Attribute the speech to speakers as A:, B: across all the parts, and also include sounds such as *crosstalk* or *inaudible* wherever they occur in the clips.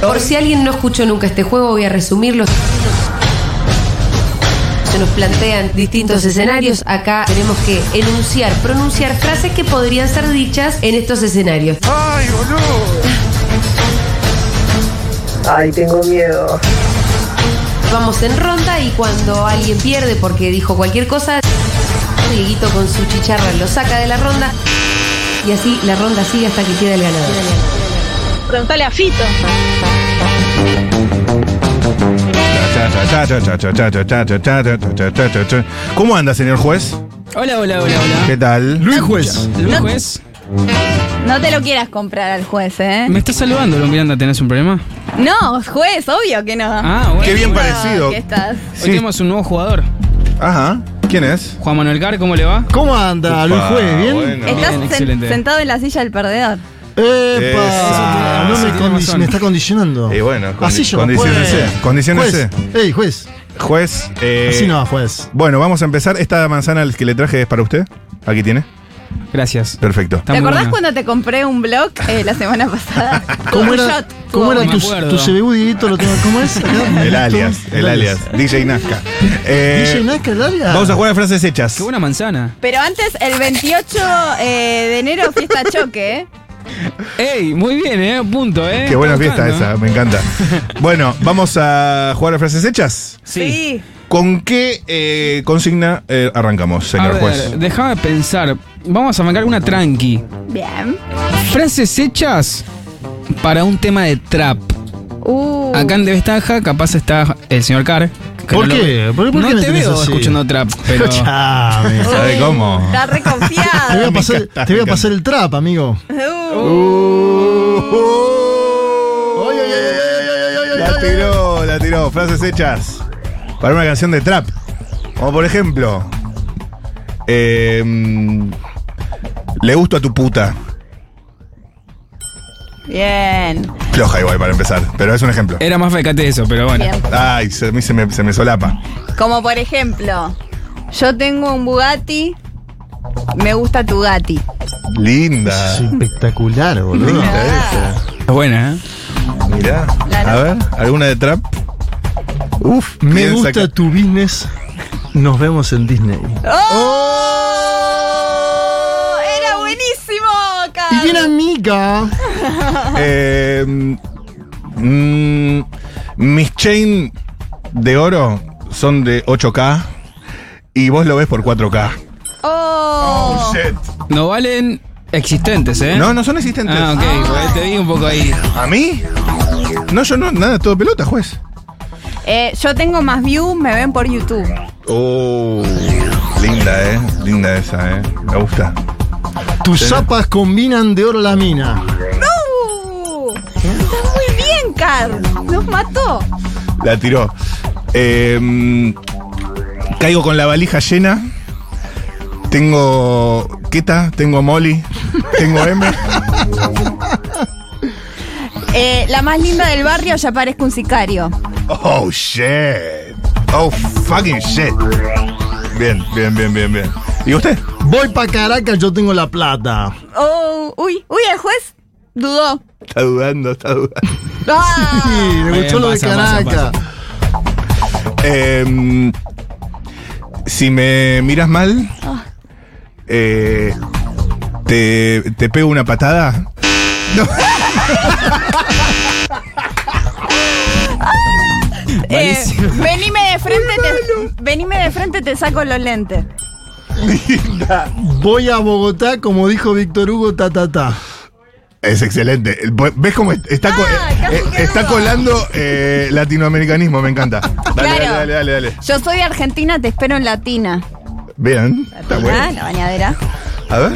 A: Por si alguien no escuchó nunca este juego, voy a resumirlo. Se nos plantean distintos escenarios. Acá tenemos que enunciar, pronunciar frases que podrían ser dichas en estos escenarios.
B: ¡Ay, boludo!
C: Ay, tengo miedo.
A: Vamos en ronda y cuando alguien pierde porque dijo cualquier cosa, Dieguito con su chicharra lo saca de la ronda y así la ronda sigue hasta que queda el ganador.
D: Preguntale a Fito.
E: ¿Cómo anda, señor juez?
F: Hola, hola, hola, hola.
E: ¿Qué tal?
F: Luis Juez. Luis Juez.
G: No te lo quieras comprar al juez, ¿eh?
F: Me estás saludando, Lon Miranda, ¿tenés un problema?
G: No, juez, obvio que no.
F: Ah, bueno.
E: Qué bien
G: Ah,
E: parecido.
G: ¿Qué estás?
F: Hoy
E: sí.
F: tenemos un nuevo jugador.
E: Ajá. ¿Quién es?
F: Juan Manuel Gar, ¿cómo le va?
H: ¿Cómo anda, Ah, Luis
E: Upa,
H: Juez? ¿Bien?
E: bueno.
G: Estás
F: Bien,
G: sen-
F: excelente.
G: sentado en la silla del perdedor.
E: Esa.
H: ¡Epa! No me,
F: Sí, tiene
H: condi-
F: razón.
H: me está condicionando.
E: Y bueno, condi-
H: así yo no
E: condiciónese,
H: puedo.
E: condiciónese.
H: Juez, Ey, juez.
E: Juez. eh,
H: Así no, juez.
E: Bueno, vamos a empezar. Esta manzana que le traje es para usted. Aquí tiene.
F: Gracias.
E: Perfecto.
F: Está
G: ¿Te
F: muy
G: acordás
F: buena.
G: cuando te compré un blog eh, la semana pasada?
H: ¿Cómo
G: Un
H: era,
G: shot.
H: ¿cómo era
F: Ah, Me
H: tu,
F: acuerdo.
H: tu CBU, Dieguito? ¿Lo tengo? ¿Cómo es? Acá,
E: El
H: Dieguito.
E: alias, el alias. DJ Nazca.
H: *laughs*
E: Eh,
H: DJ Nazca, el alias.
E: Vamos a jugar a frases hechas.
F: Qué buena manzana.
G: Pero antes, el 28 eh, de enero, fiesta choque, ¿eh?
F: ¡Ey! Muy bien, ¿eh? Punto, ¿eh?
E: Qué buena
F: Está
E: fiesta esa,
F: buscando,
E: me encanta. Bueno, vamos a jugar a frases hechas.
F: ¿eh? Sí.
E: ¿Con qué eh, consigna eh, arrancamos,
F: A
E: señor juez?
F: ver, déjame pensar. Vamos a arrancar una tranqui.
G: Bien.
F: Frases hechas para un tema de trap.
G: Uh,
F: Acá en Devestaja, capaz está el señor Carr. que
H: ¿Por
F: no lo-
H: qué? ¿Por- por
F: no
H: qué me
F: te
H: tenés
F: veo
H: así?
F: escuchando trap,
E: *laughs*
F: pero.
H: Escuchame.
G: uy,
E: ¿sabe cómo?
G: Está
H: Te *laughs* voy a
G: reconfiado.
H: pasar,
E: encanta,
H: te voy
E: Ah, me
H: a pasar el trap, amigo.
G: Uh,
E: La tiró, la tiró. Frases hechas para una canción de trap. Como por ejemplo, eh, mm, le gusto a tu puta.
G: Bien.
E: Floja igual para empezar, pero es un ejemplo.
F: Era más becate eso, pero bueno.
G: Bien.
E: Ay, se, a mí se me, se me solapa.
G: Como por ejemplo, yo tengo un Bugatti, me gusta tu Gatti.
E: Linda.
H: Es espectacular, boludo.
E: Linda
G: Ah.
E: esa.
F: Es buena, ¿eh?
E: Mirá.
G: Claro.
E: A ver, ¿alguna de trap? Uf,
H: Me
E: bien
H: gusta
E: saca-
H: tu business. Nos vemos en Disney.
G: ¡Oh, ¡Era buenísimo,
H: Y
G: Carlos!
H: bien amiga.
E: Eh, mm, mis chain de oro son de 8K y vos lo ves por 4K.
G: ¡Oh!
F: No valen existentes, ¿eh?
E: No, no son existentes.
F: Ah, ok, pues, te vi un poco ahí.
E: ¿A mí? No, yo no, nada, todo pelota, juez.
G: Eh, yo tengo más views, me ven por YouTube.
E: Oh, linda, eh. Linda esa, eh. Me gusta.
H: Tus zapas combinan de oro la mina.
G: ¡Uh! ¡Estás muy bien, Carlos! ¡Nos mató!
E: La tiró. Eh, mm, caigo con la valija llena. Tengo Keta, tengo Molly, tengo M.
G: Eh, la más linda del barrio ya parezco un sicario.
E: Oh shit. Oh fucking shit. Bien, bien, bien, bien, bien. ¿Y usted?
H: Voy pa' Caracas, yo tengo la plata.
G: ¡Oh! ¡Uy! ¡Uy, el juez dudó!
E: Está dudando, está dudando.
H: *laughs*
G: ¡Ah!
H: Sí, me
F: Bien,
H: gustó lo de
F: pasa, pasa,
H: Caracas.
E: Em, si me miras mal, eh, te, te pego una patada. *laughs* No,
G: *laughs* Eh,
F: Malísimo.
G: venime de frente, te, venime de frente, te saco los lentes.
H: Voy a Bogotá, como dijo Víctor Hugo, ta ta ta.
E: es excelente. ¿Ves cómo está, co-
G: Ah, casi
E: eh,
G: que
E: está
G: no.
E: colando eh, latinoamericanismo?
G: *laughs*
E: Me encanta. Dale,
G: Claro.
E: dale, dale, dale, dale.
G: Yo soy de Argentina, te espero en Latina.
E: Bien. Está
G: Ah,
E: bueno.
G: la bañadera.
E: A ver.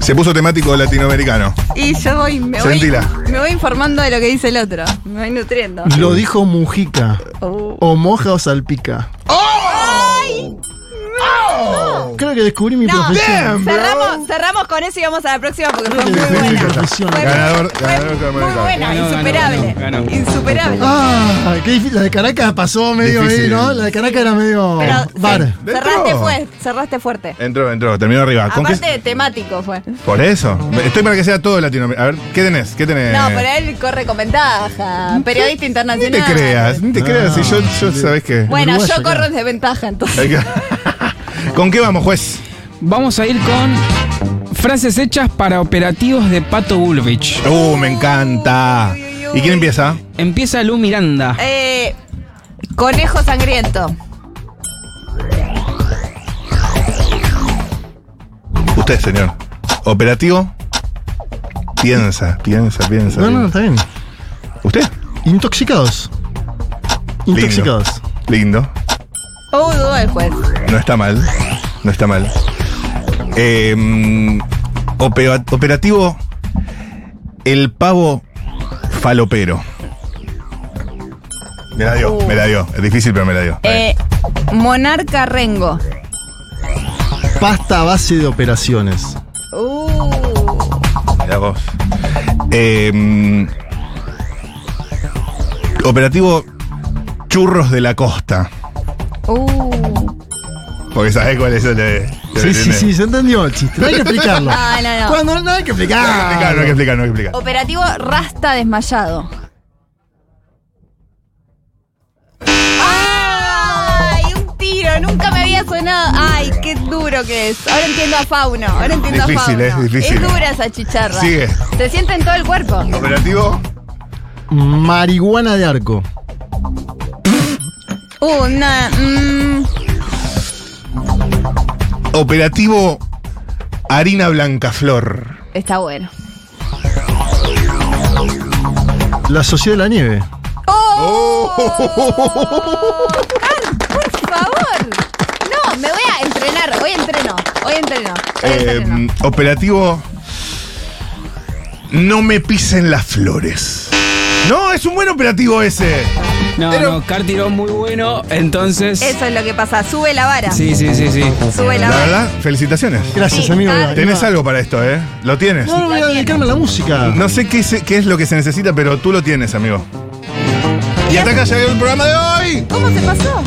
E: Se puso temático latinoamericano.
G: Y yo voy, me voy,
E: Sentila.
G: me voy informando de lo que dice el otro. Me voy nutriendo.
H: Lo dijo Mujica.
G: Oh.
H: O moja o salpica.
G: ¡Ay!
E: ¡Wow!
H: Creo que descubrí mi
G: No.
E: Damn.
H: profesión.
G: Cerramos, cerramos con eso y vamos a la próxima porque fue muy
H: Creo que descubrí mi
G: buena.
H: profesión.
G: Fue
E: Ganador-
G: fue
E: ganador del
G: muy
E: mercado.
G: buena,
F: Ganó, ganó,
G: insuperable.
F: ganó, ganó.
G: Insuperable.
E: Oh,
H: Ah, qué difícil. La de Caracas pasó medio
E: Difícil.
H: ahí, ¿no? La de Caracas era medio
G: Pero-
H: bar.
G: Cerraste
E: Dentro.
G: fuerte, cerraste fuerte.
E: Entró, entró, terminó arriba. ¿Con qué- Eh.
G: Aparte temático fue.
E: Por eso. Estoy para que sea todo Latinoamérica. A ver, ¿qué tenés? ¿Qué tenés?
G: No, pero él corre con ventaja. Periodista
E: Ni
G: internacional.
E: te creas, ni te
H: No.
E: creas. Si yo, yo
H: Ah,
E: sabés que.
G: Bueno,
H: Uruguayo,
G: yo corro
H: claro.
G: en desventaja entonces.
E: Hay que- *laughs* ¿Con qué vamos, juez?
F: Vamos a ir con frases hechas para operativos de Pato Bullrich.
E: Uh, me encanta.
G: Uy, uy, uy.
E: ¿Y quién empieza?
F: Empieza Lu Miranda.
G: Eh, conejo sangriento.
E: Usted, señor. Operativo. Piensa, piensa, piensa.
H: No, no, está bien.
E: ¿Usted?
H: Intoxicados. Intoxicados.
E: Lindo.
G: Oh, dudó el juez.
E: No está mal. No está mal. Eh, mm, opera- operativo. El pavo falopero. Me la dio, me la dio. Es difícil, pero me la dio.
G: Eh, monarca Rengo.
H: Pasta a base de operaciones.
G: Uh,
E: Mirá vos. Eh, mm, operativo Churros de la Costa.
G: uh.
E: Porque sabés cuál es el de.
H: Sí, sí, sí, se entendió el chiste. No hay
G: *laughs*
H: que explicarlo.
G: No, Ah, no, no.
H: Cuando no hay que
E: No hay que explicar, no hay que
H: explicarlo.
E: explicar, no hay que explicar.
G: Operativo Rasta desmayado. ¡Ay! Un tiro, nunca me había sonado. ¡Ay, qué duro que es! Ahora entiendo a Fauno, ahora entiendo
E: Difícil,
G: a Fauno.
E: es difícil.
G: dura esa chicharra.
E: Sigue.
G: Se siente en todo el cuerpo.
E: Operativo.
H: Marihuana de arco.
G: Una. Uh, mm,
E: Operativo Harina Blancaflor.
G: está bueno.
H: La sociedad de la nieve.
G: ¡Oh! Can, por favor. No, me voy a entrenar. Hoy entreno. Hoy entreno. Hoy
E: Eh,
G: entreno.
E: operativo. No me pisen las flores. No, es un buen operativo ese.
F: No,
E: pero-
F: no, Car tiró muy bueno, entonces.
G: Eso es lo que pasa. Sube la vara.
F: Sí, sí, sí, sí.
G: Sube la
E: La
G: vara.
E: verdad, felicitaciones.
H: Gracias,
G: Sí,
H: amigo.
G: claro.
E: Tenés algo para esto, ¿eh? Lo tienes.
H: No, no voy a dedicarme a la música.
E: No sé qué es, qué es lo que se necesita, pero tú lo tienes, amigo. Y hasta acá llegó el programa de hoy.
G: ¿Cómo te pasó?